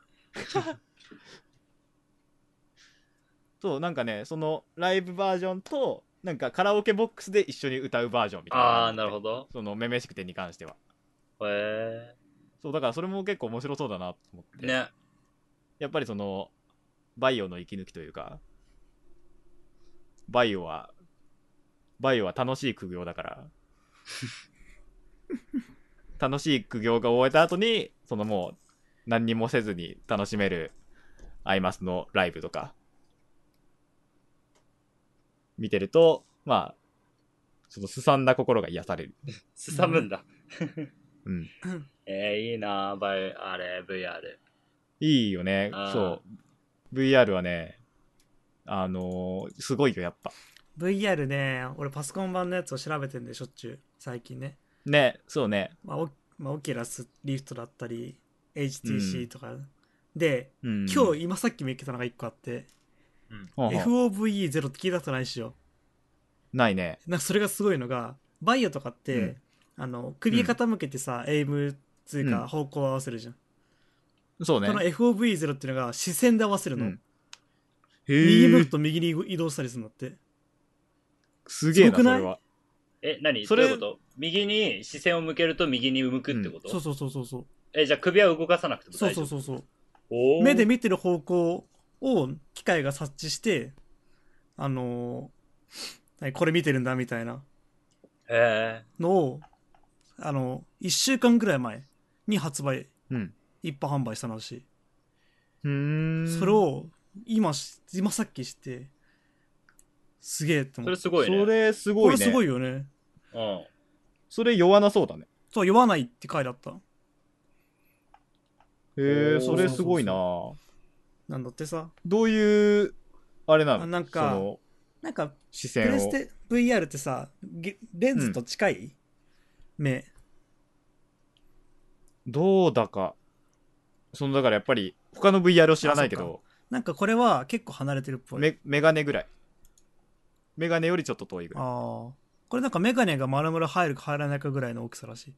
S3: そうなんかねそのライブバージョンとなんかカラオケボックスで一緒に歌うバージョンみたいな
S1: あー、なるほど。
S3: そのめめしくてに関しては
S1: へ
S3: そうだからそれも結構面白そうだなと思っ
S1: えー。
S3: て、
S1: ね。
S3: やっぱりそのバイオの息抜きというかバイオはバイオは楽しい苦行だから 楽しい苦行が終えた後にそのもう何にもせずに楽しめるアイマスのライブとか見てるとまあそのすさんだ心が癒される、
S1: すさむんだ。
S3: うん、
S1: えー、いいなぁ、バイ、あれ、VR。
S3: いいよね
S1: あー
S3: そう VR はねあのーすごいよやっぱ
S2: VR ね、俺パソコン版のやつを調べてんでしょっちゅう、最近ね。
S3: ねそうね
S2: まあ、オまあ、オキュラスリフトだったり、
S3: うん
S2: HTC とか。で、
S3: うん
S2: 今日、今さっき見っけたのが1個あって、
S1: うん。
S3: ほうほう
S2: FOVE0 って聞いたことないっしょ。
S3: ないね
S2: なんかそれがすごいのが、バイオとかって、
S3: うん
S2: あの、首傾けてさ、エイム、つう
S3: うん
S2: か方向を合わせるじゃん。
S3: そうね
S2: この FOV0 っていうのが視線で合わせるの。
S3: うん
S2: 右
S3: へ
S2: 向
S3: え
S2: くと右に移動したりするのって。
S3: すげえな
S2: すごく
S3: そ
S2: ない
S3: れは
S1: え、何
S3: そ
S1: そ
S3: れ
S1: れどういうこと右に視線を向けると右に向くってこと、
S2: そうそうそうそうそう。
S1: え、じゃあ首は動かさなくても
S2: そう
S1: 大丈
S2: そう
S1: 夫
S2: そうそう。
S1: おー
S2: 目で見てる方向を機械が察知して、あのー何これ見てるんだみたいな
S1: へ
S2: のを、あの1週間ぐらい前に発売、
S3: うん
S2: 一般販売したのらしい。
S3: うーん
S2: それを今し、今さっきして、すげえって
S1: え
S2: 思
S1: そ
S2: っ
S1: れ
S2: た。
S1: すごい
S2: こ
S1: ね。
S3: それすごい
S2: れ
S3: ね
S2: すごいよね。
S1: うん。
S3: それ弱なそうだね
S2: そう、酔わないって書いてあった。
S3: へ
S1: お
S3: え
S1: ー
S3: それすごいな
S2: そなんだってさ。
S3: どういうあれなの
S2: あなんか
S3: その
S2: なんか、
S3: 視
S2: プ
S3: 線
S2: レ
S3: を
S2: ステ VR ってさ、げレンズと近い、目。
S3: どうだかそのだからやっぱり他の VR を知らないけ
S2: あそ
S3: ど
S2: なんかこれは結構離れてるっぽい。
S3: メメガネぐらいメガネよりちょっと遠い
S2: あ
S3: ぐらい
S2: あ。これなんかメガネが丸々入るか入らないかぐらいの大きさらしい。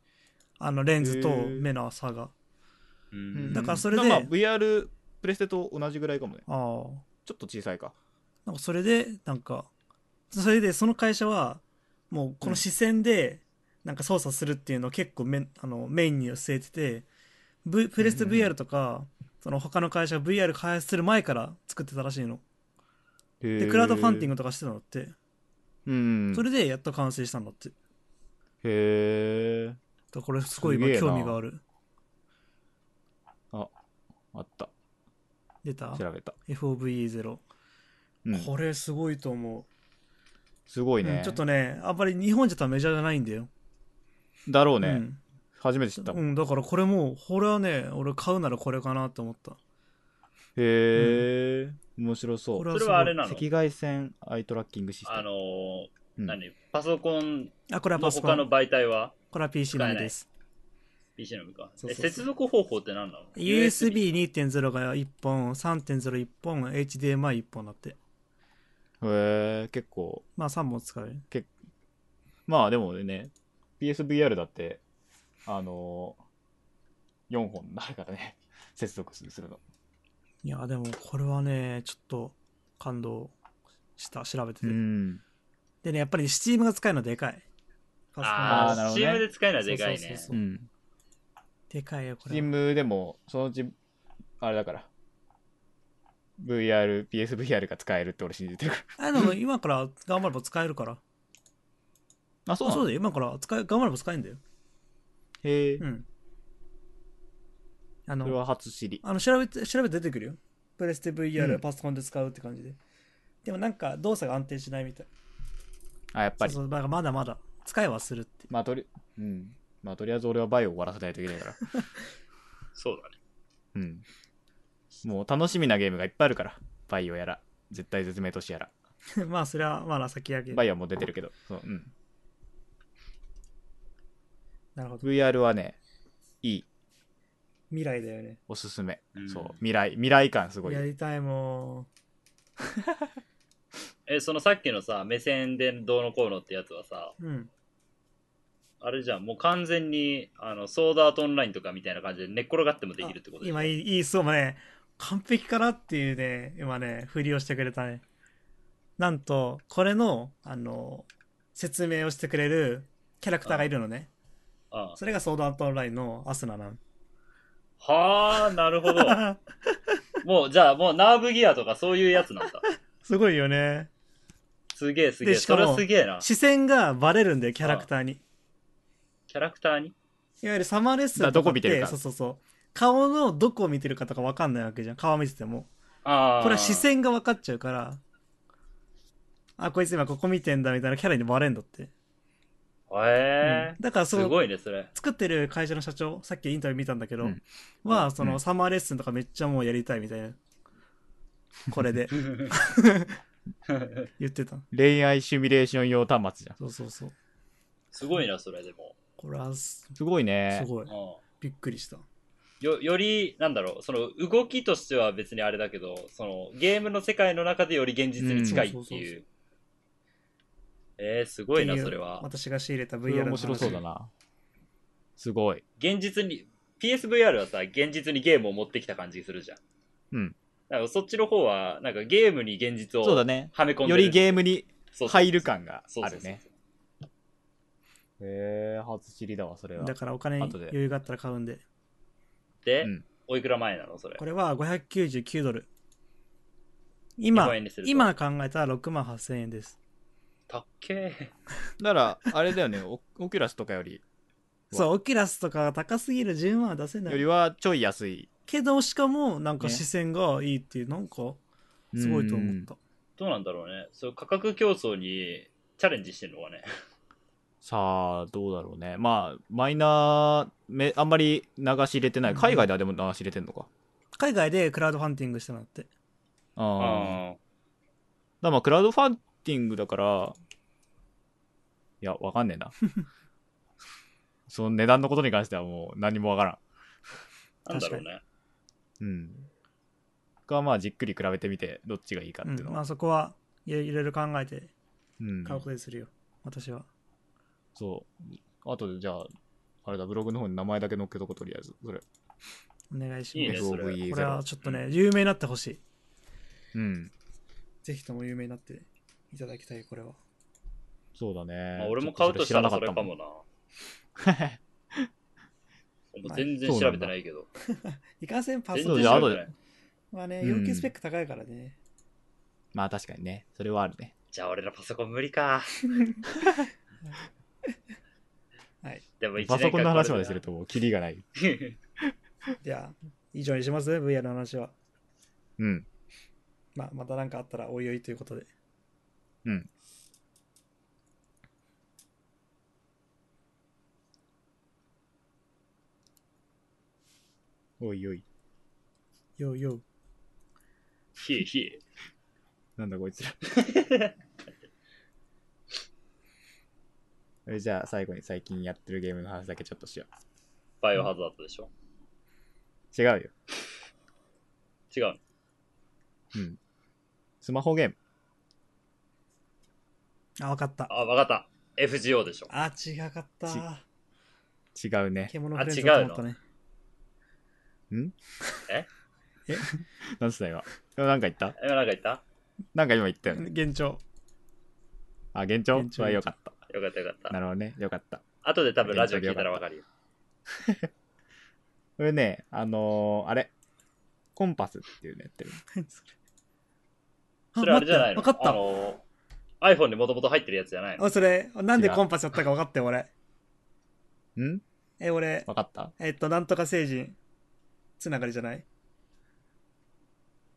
S2: あのレンズと目の差が。
S1: う
S3: うん
S1: ん
S2: だからそれで
S3: まあまあ VR プレステと同じぐらいかもね
S2: ああ。
S3: ちょっと小さいか
S2: なんかそれで、なんか、それでその会社は、もうこの視線で、なんか操作するっていうのを結構メあのメインに据えてて、v、プレステ
S3: うんうんうん
S2: VR とか、その他の会社が VR 開発する前から作ってたらしいの。で、
S3: で
S2: クラウドファンディン
S3: グ
S2: グとかしてたのって、
S3: うん
S2: それでやっと完成したんだって。だ
S3: へえ
S2: からこれすごい
S3: すげえ
S2: 今
S3: な
S2: 興味がある。
S3: あった
S2: 出た
S3: 調べた、
S2: ?FOVE0。
S3: うん、
S2: これすごいと思う。
S3: すごいね、
S2: うんちょっとね、あんまり日本じゃ多分メジャーじゃないんだよ。
S3: だろうね、
S2: うん
S3: 初めて知ったもん、
S2: うん、だからこれもう、これはね、俺買うならこれかなって思った。
S3: へえ、面白そう
S2: これ
S1: それはあれ
S2: すごい
S1: なの
S3: 赤外線アイトラッキングシステム
S1: あのー
S3: うん
S1: 何パソコン
S2: あ、これは
S1: の
S2: パソコ
S1: 他
S2: ン。
S1: の媒体は
S2: これは PC のみです。
S1: PC のみか
S2: そうそう
S1: え
S2: そう
S1: 接続方法って何なの
S2: USB2.0 が1本、3.01本、HDMI1 本だって。
S3: へえ結構
S2: まあ3本使う。
S3: まあでもね PSVR だってあのー、4本あるからね 接続するの
S2: いや、でもこれはね、ちょっと感動した、調べてて。
S3: ん
S2: でね、やっぱり Steam が使えるのでかい。パ
S1: あ
S3: あーなる
S1: あ、
S3: ほどね
S1: CM で使えるのはでかい
S2: そうそう
S1: ね
S2: そう。
S3: うん
S2: でかいよ、これは。
S3: Steam でもそのうちあれだから VR、PSVR が使えるって俺信じてるか
S2: あ、でも今から頑張れば使えるから。
S3: ら。あ、そ
S2: あそう
S3: だ
S2: だよ、今から使え、頑張れば使えるんだよ。
S3: へえ
S2: う。ん。あ
S3: それ
S2: の、
S3: は初知り。
S2: あの調べて、調べて出てくるよ。プレステ VR、
S3: うん
S2: パソコンで使うって感じで。でもなんか動作が安定しないみたい。
S3: あ、やっぱり。
S2: そうそうだからまだまだ使いはするって
S3: まあ、とり、うん。まあ、とりあえず俺はバイオを終わらせないといけないから。
S1: そうだね。
S3: うん。もう楽しみなゲームがいっぱいあるから。バイオやら、絶対絶命都市やら。
S2: いうまあそれはまだ先上げ
S3: バ
S2: な
S3: イオはもう出てるけど。そう、うん。
S2: るほど
S3: VR はね、いい。
S2: 未来だよね
S3: おすすめ。
S1: うん
S3: そう。未来、未来感すごいよ。
S2: やりたいもん
S1: え、そのさっきのさ、目線でどうのこうのってやつはさ、
S2: うん
S1: あれじゃん、もう完全に、あの、ソードアートオンラインとかみたいな感じで寝っ転がってもできるってこ
S2: あ
S1: とでしょ
S2: 今いいいいそうもね完璧かなっていうね今ね振りをしてくれたねなんとこれのあの説明をしてくれるキャラクターがいるのね
S1: あ
S2: それがソードアートオンラインのアスナなん
S1: あはあ、な るほど。もう、じゃあ、もう、ナーブギアとかそういうやつなんだ。
S2: すごいよね
S1: すげえすげえ。
S2: でしか
S1: そ
S2: も
S1: れはすげえな。
S2: 視線がバレるんだよキャラクターに
S1: キャラクターに
S2: いわゆるサマーレッスンとかって
S3: だからどこ見てるか
S2: そうそうそう顔のどこを見てるかとか分かんないわけじゃん顔見てても
S1: ああ。
S2: これは視線が分かっちゃうからあこいつ今ここ見てんだみたいなキャラにバレんだって、
S1: へえ
S2: うんだから
S1: す
S2: その
S1: ごいね、それ。
S2: 作ってる会社の社長さっきインタビュー見たんだけど、
S3: うん
S2: は
S3: うん
S2: その、
S3: うん
S2: サマーレッスンとかめっちゃもうやりたいみたいなこれ で言ってた
S3: 恋愛シミュレーション用端末じゃん。
S2: そうそうそう
S1: すごいな、それでも。
S2: これはす
S3: すごいね
S2: す。ごい
S1: うん
S2: びっくりした
S1: よより、なんだろう、その動きとしては別にあれだけど、そのゲームの世界の中でより現実に近いっていう。えー、すごい
S2: っ
S1: な、
S2: てう
S1: それは。
S2: 私が仕入れた
S3: それ
S2: VR
S3: 面
S2: の
S3: 白
S2: 話
S3: そうだな。すごい。
S1: 現実に、PSVR はさ、現実にゲームを持ってきた感じするじゃん。
S3: うん。
S1: だからそっちの方は、なんかゲームに現実を
S3: そうだ
S1: は
S3: ね。
S1: め込んでる。
S3: よりゲームに
S1: そうそうそう
S3: 入る感が
S1: そう
S3: あ
S1: そう
S3: る
S1: そう
S3: ね。へえ、初知りだわ、それは
S2: だ。からお金に
S3: 後で
S2: 余裕があったら買うんで
S1: で、
S3: うん
S1: おいくら前なのそれ
S2: こ。れは599ドル。今
S1: 日本円にする、と
S2: 今考えたら6万8000円です。
S1: たっけー。
S3: だから、あれだよね、オ オキュラスとかより、うわ
S2: そう、オキュラスとかが高すぎる10万は出せな
S3: より
S2: い。
S3: はちょい安い。
S2: けど、しかも、なんか
S3: ね
S2: 視線がいいっていう、なんか、すごいと思った。
S1: どうなんだろうね。そう価格競争にチャレンジしてるのかね。
S3: さあ、どうだろうね。まあ、マイナーめ、あんまり流し入れてない。海外ではでも流し入れてんのか。
S2: 海外でクラウドファンディングしたのって。
S3: ああ。だ
S1: あ
S3: からまあ、クラウドファンディングだから、いや、わかんねえ な。その値段のことに関してはもう何もわから
S1: あ。なんだろうね。
S3: ん。うん。果はまあじっくり比べてみてどっちがいいかっていう
S2: うん
S3: の
S2: ま
S3: は
S2: あ、そこはいろいろいろ考えて
S3: うん
S2: 買うことにするよ、私は
S3: そうあとでじゃああれだブログの方に名前だけ載っけとこうとりあえずそれ
S2: お願いし
S1: いい
S2: ま
S1: ね
S2: す
S1: それ
S2: これは
S3: FOVE0
S2: ちょっとね有名になってほしい
S3: うん
S2: ぜひとも有名になっていただきたいこれは
S3: そうだね
S1: まあ、俺も買うとしたらそれかもな。もう全然調べてないけど。
S2: いかんせんパソ
S1: 全
S2: コ
S3: そう
S1: 然
S3: じゃあ
S2: ン
S1: 調
S3: 後
S1: べて
S3: で
S1: ない。
S2: はね
S3: うん
S2: 要求スペック高いからね、
S3: まあ確かにねそれはあるね
S1: じゃあ俺らパソコン無理か。
S2: はい
S1: でも一
S3: パ
S1: 年間
S3: ソコンの話まですするともうキリがない
S2: じゃあ以上にします VR の話は、
S3: うん
S2: まあ、また何かあったらおいおいということで
S3: うんおいおい
S2: ようよう
S1: ひえひえ。
S3: なんだこいつら それじゃあ最後に最近やってるゲームの話だけちょっとしよ
S1: バイオハザードでしょ。
S3: う違うよ
S1: 違う。
S3: うんスマホゲーム
S2: あ分かった
S1: あ、わかった。FGO でしょ。
S2: あ違かった
S3: ち違うね
S2: 獣フレンズだと思ったね
S3: 何つった今なんか言った
S1: え、なんか言った
S3: なんか今言ったよね
S2: 幻 聴
S3: あ幻聴
S2: 幻聴
S3: それはよかった
S1: よかったよかった
S3: な。るほどねよかった
S1: 後で多分ラジオ聞いたらわかるよ。
S3: これねあのーあれコンパスっていうのやってる
S1: それあれじゃないの
S2: 分かっ
S1: あ
S2: た
S1: の、iPhone にもともと入ってるやつじゃないの
S2: あそれなんで
S3: 違う
S2: コンパスやったか分かって俺
S3: ん
S2: え俺
S3: わかった
S2: えっとなんとか星人つながりじゃない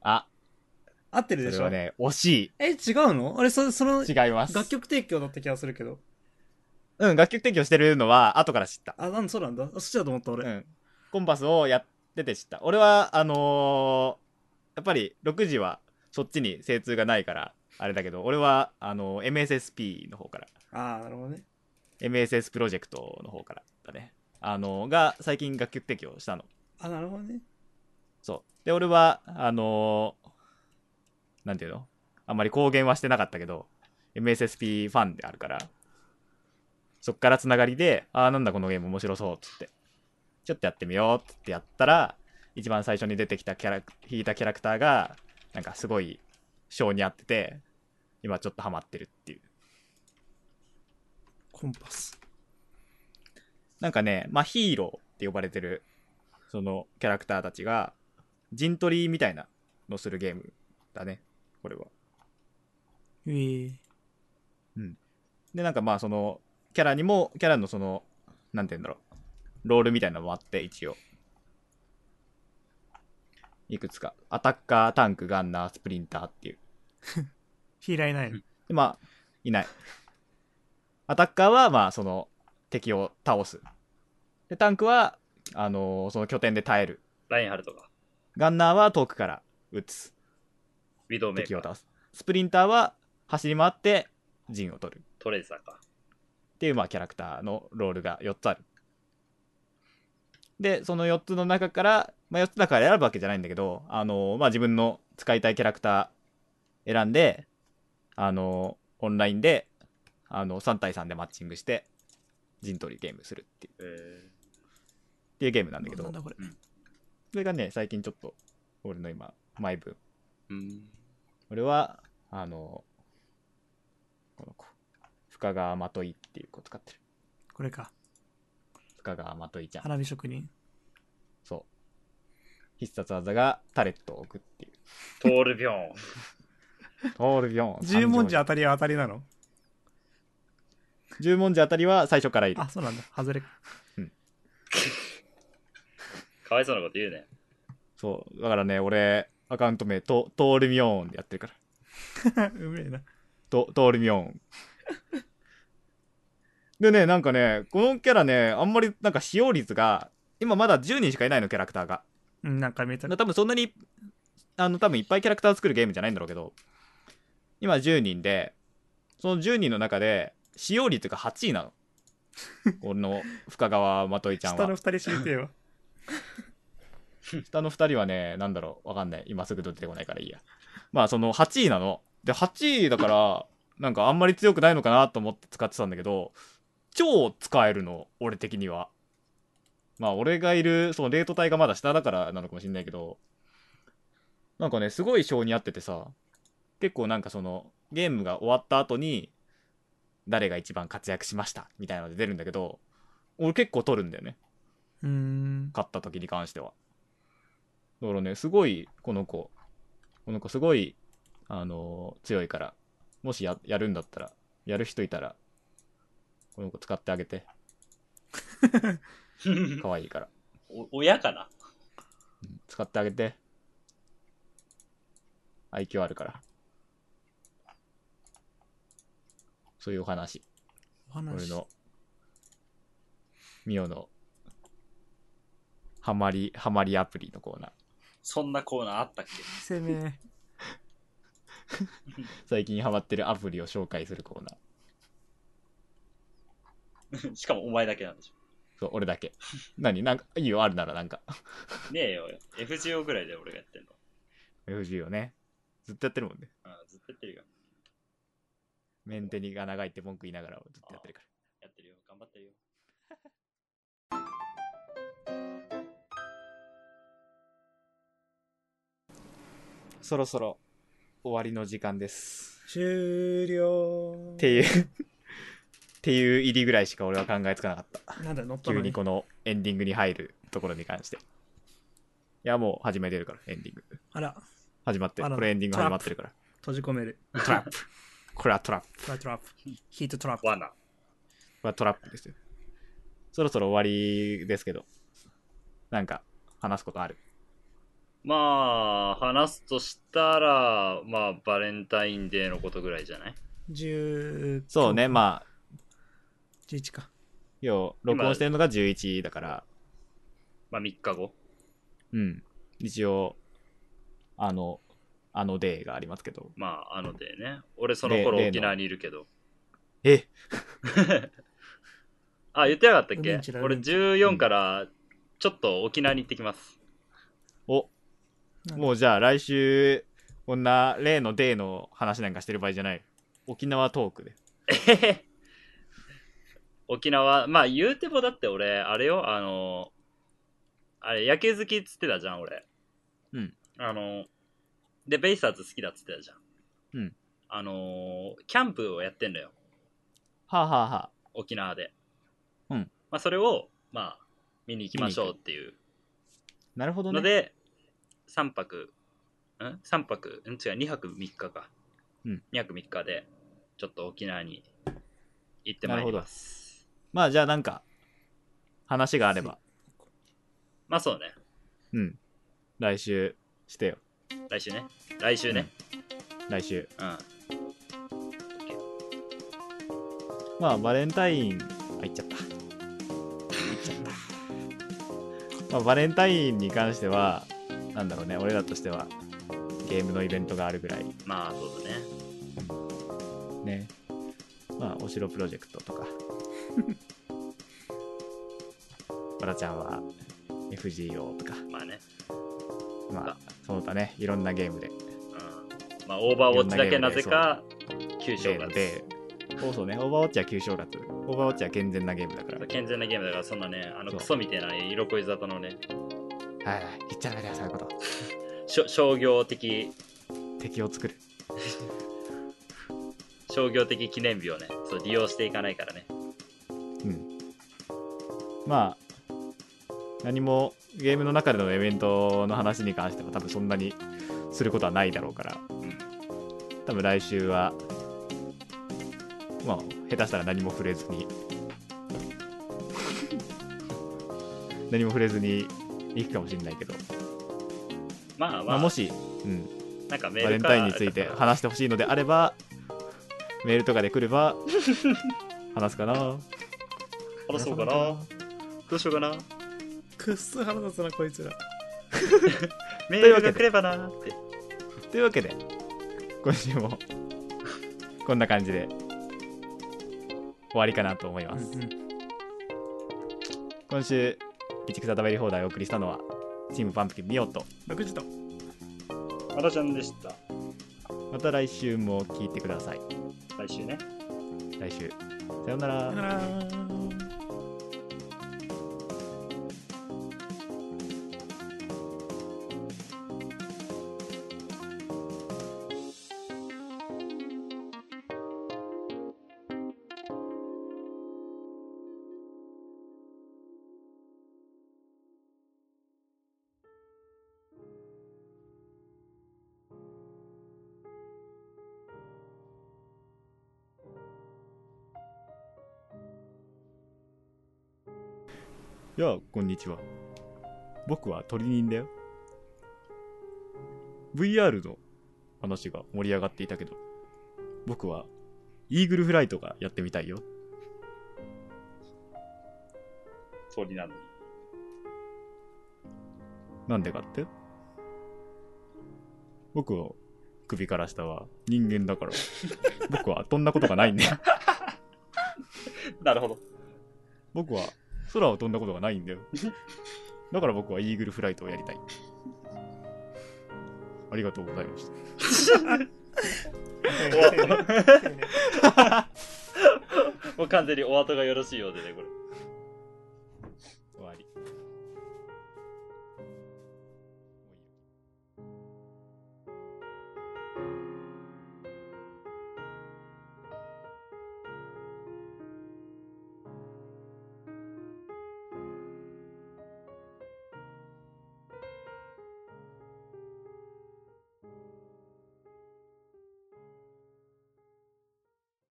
S3: あ
S2: 合ってる
S3: そ
S2: で
S3: れ
S2: しょ、
S3: はね惜し
S2: え違うのあれそその
S3: い違います
S2: 楽曲提供だった気がするけど
S3: うん楽曲提供してるのは後から知った
S2: あなんそうなんだあそっちだと思った俺、
S3: うん、コンパスをやってて知った俺はあのーやっぱり6時はそっちに精通がないからあれだけど俺はあのー MSSP の方から
S2: ああなるほどね
S3: MSS プロジェクトの方からだねあのーが最近楽曲提供したの
S2: あなるほどね
S3: そうで俺はあのーなんていうのあんまり公言はしてなかったけど MSSP ファンであるからそっからつながりでああなんだこのゲーム面白そうっつってちょっとやってみようっつってやったら一番最初に出てきたキャラ引いたキャラクターがなんかすごい性に合ってて今ちょっとハマってるっていう
S2: コンパス
S3: なんかね、まあ、ヒーローって呼ばれてる、そのキャラクターたちが、陣取りみたいなのするゲームだね、これは。
S2: うえ
S3: で、なんかまあ、その、キャラにも、キャラのその、なんて言うんだろう、ロールみたいなのもあって、一応。いくつか。アタッカー、タンク、ガンナー、スプリンターっていう。
S2: ヒーラーいないの
S3: で、まあ、いない。アタッカーは、まあ、その、敵を倒す。で、タンクは、あのーその拠点で耐える。
S1: ラインハルとか、
S3: ガンナーは遠くから撃つ
S1: ウィドウメー
S3: 敵を
S1: カー、
S3: 倒すスプリンターは走り回って陣を取る
S1: トレーサーか。
S3: っていうまあキャラクターのロールが4つあるでその4つの中から、まあ、4つだから選ぶわけじゃないんだけど、あのまあ、自分の使いたいキャラクター選んで、あのオンラインで、あの3対3でマッチングして陣取りゲームするっていう
S1: えー
S3: っていうゲームなんだけど
S2: なんだこれ
S3: それがね最近ちょっと俺の今マイブーム
S1: うん、
S3: 俺はあのこの子深川まといっていう子使ってる
S2: これか
S3: 深川まといちゃん
S2: 花火職人
S3: そう必殺技がタレットを置くっていう
S1: トールビョン。
S3: トールビョン
S2: 十文字
S3: 三条
S2: 当たりは当たりなの
S3: 路十文字あたりは最初からいる
S2: あそうなんだ外れ
S1: かわいそうなこと言うね。
S3: そうだからね俺アカウント名トトールミョーンでやってるから
S2: うめえな
S3: トトールミョー ンでねなんかねこのキャラねあんまりなんか使用率が今まだ10人しかいないのキャラクターが
S2: うんなんか見えた
S3: 多分そんなにあの多分いっぱいキャラクター作るゲームじゃないんだろうけど今10人でその10人の中で使用率が8位なの俺の深川まといちゃん
S2: 下の
S3: は
S2: 二人知りてえわ
S3: 下の2人はね、なんだろう、わかんない。今すぐ出てこないからいいや。まあ、その8位なの。で、8位だから、なんかあんまり強くないのかなと思って使ってたんだけど、超使えるの、俺的には。まあ、俺がいる、そのレート帯がまだ下だからなのかもしんないけど、なんかね、すごい性に合っててさ、結構なんかその、ゲームが終わった後に、誰が一番活躍しました、みたいなので出るんだけど、俺結構取るんだよね。
S2: うーん。
S3: 勝った時に関しては。だからね、すごい、この子、この子すごい、あのー強いから、もしややるんだったら、やる人いたら、この子使ってあげて、可愛いから。
S1: お親かな
S3: うん使ってあげて。IQ あるから。そういうお話。
S2: お話
S3: 俺の、ミオの、ハマり、ハマりアプリのコーナー。
S1: そんなコーナーあったっけ
S2: 攻め。
S3: 最近ハマってるアプリを紹介するコーナー。
S1: しかもお前だけなんでし
S3: そう、俺だけ。何なんか、いいよ、あるならなんか。
S1: ょ。ねえよ、FGO ぐらいで俺がやってんの。
S3: FGO ね。ずっとやってるもんね。
S1: うん、ずっとやってるよ。
S3: メンテニが長いって文句言いながらずっとやってるから。
S1: やってるよ、頑張ってるよ。
S3: そろそろ終わりの時間です。
S2: 終了。
S3: っていう、 っていう入りぐらいしか俺は考えつかなかった。
S2: なんだよ、乗った
S3: 急
S2: の
S3: に
S2: に。
S3: このエンディングに入るところに関して。いや、もう始めてるから、エンディング。
S2: あら、
S3: 始まってる。
S2: あら
S3: これエンディング始まってるから。
S2: 閉じ込める。
S3: トラップ。これはトラップ。
S2: トラップトラップ。ヒートトラップ。
S1: 罠。
S3: まあ、トラップですよ。そろそろ終わりですけど、なんか話すことある。
S1: まあ、話すとしたら、まあ、バレンタインデーのことぐらいじゃない
S2: 10
S3: そうね、まあ、
S2: 11か
S3: 要、録音してるのが11だから、
S1: まあ、3日後。
S3: うん。一応、あの、あのデーがありますけど。
S1: まあ、あのデーね。俺、その頃
S3: で例の
S1: 沖縄にいるけど。
S3: え
S1: あ、言ってなかったっ
S2: う
S1: け
S2: んちら
S1: 俺、
S2: うんち
S3: う
S1: 14
S3: ん
S1: から、ちょっと沖縄に行ってきます。
S3: お
S2: なんか
S3: もうじゃあ来週、こんな例のデーの話なんかしてる場合じゃない。沖縄トークで。
S1: えへへ 沖縄、まあ、言うてもだって俺、あれよ、あの、あれ、野球好きっつってたじゃん、俺。
S3: うん。
S1: あの、で、ベイスターズ好きだっつってたじゃん。
S3: うん。
S1: あの、キャンプをやってんのよ。
S3: はあ、はあはあ、
S1: 沖縄で。
S3: うん。
S1: まあ、それを、まあ、見に行きましょうっていう
S3: なるほど
S1: の
S3: ね。
S1: で、3泊、ん ?3 泊、ん違う、2泊3日か。
S3: うん。
S1: 2泊3日で、ちょっと沖縄に行ってまいります。
S3: まあじゃあなんか、話があれば、
S1: まあ、そうね。
S3: うん。来週してよ。
S1: 来週ね。来週ね。
S3: 来週。
S1: うん。
S3: まあバレンタインあ行っちゃった行っちゃった、まあ、バレンタインに関してはなんだろうね俺らとしてはゲームのイベントがあるぐらい
S1: まあ、そうだね。
S3: ねまあお城プロジェクトと かバラちゃんは FGO とか
S1: まあね。
S3: まあその他ねいろんなゲームで
S1: うん。まあ、オーバーウォッチだけなぜか、九勝
S3: 例の
S1: が
S3: でそうそうねオーバーウォッチは旧正月オーバーウォッチは健全なゲームだから
S1: 健全なゲームだから、そんなね、あの、
S3: そう
S1: クソみたいな色恋沙汰のね、
S3: はいはい言っちゃダメだよそういうこと
S1: しょ商業的、
S3: 敵を作る
S1: 商業的記念日をね、そう、利用していかないからね。
S3: うん、まあ何もゲームの中でのイベントの話に関しては多分そんなにすることはないだろうから
S1: うん。
S3: 多分来週はまあ下手したら何も触れずに 何も触れずに行くかもしれないけど、
S1: まあ
S3: ま
S1: ま
S3: あ、
S1: あ、
S3: もし、うん、
S1: なんかメール
S3: バレンタインについて
S1: か
S3: 話してほしいのであればメールとかで来 れば話すかな
S1: 話そうかな。どうしようかな。
S2: くっそ腹立つなこいつら
S1: メ
S3: という
S1: ー
S3: わ
S1: ルが来
S3: けで
S1: ればなって。
S3: というわけで今週もこんな感じで終わりかなと思います、
S2: うんうん
S3: 今週道草食べり放題をお送りしたのはチームパンプキン見ようと
S2: 6時と。
S1: またちゃんでした。
S3: また来週も聞いてください
S1: 来週ね。
S3: 来週さようなら
S2: さよなら。
S3: やあこんにちは僕は鳥人だよ VR の話が盛り上がっていたけど僕はイーグルフライトがやってみたいよ
S1: 鳥なの に。
S3: なんでかって僕の首から下は人間だから僕は飛んだことがないんだよ
S1: なるほど。
S3: 僕は空を飛んだことがないんだよだから僕はイーグルフライトをやりたいありがとうございました
S1: もう完全にお後がよろしいようでね、これ。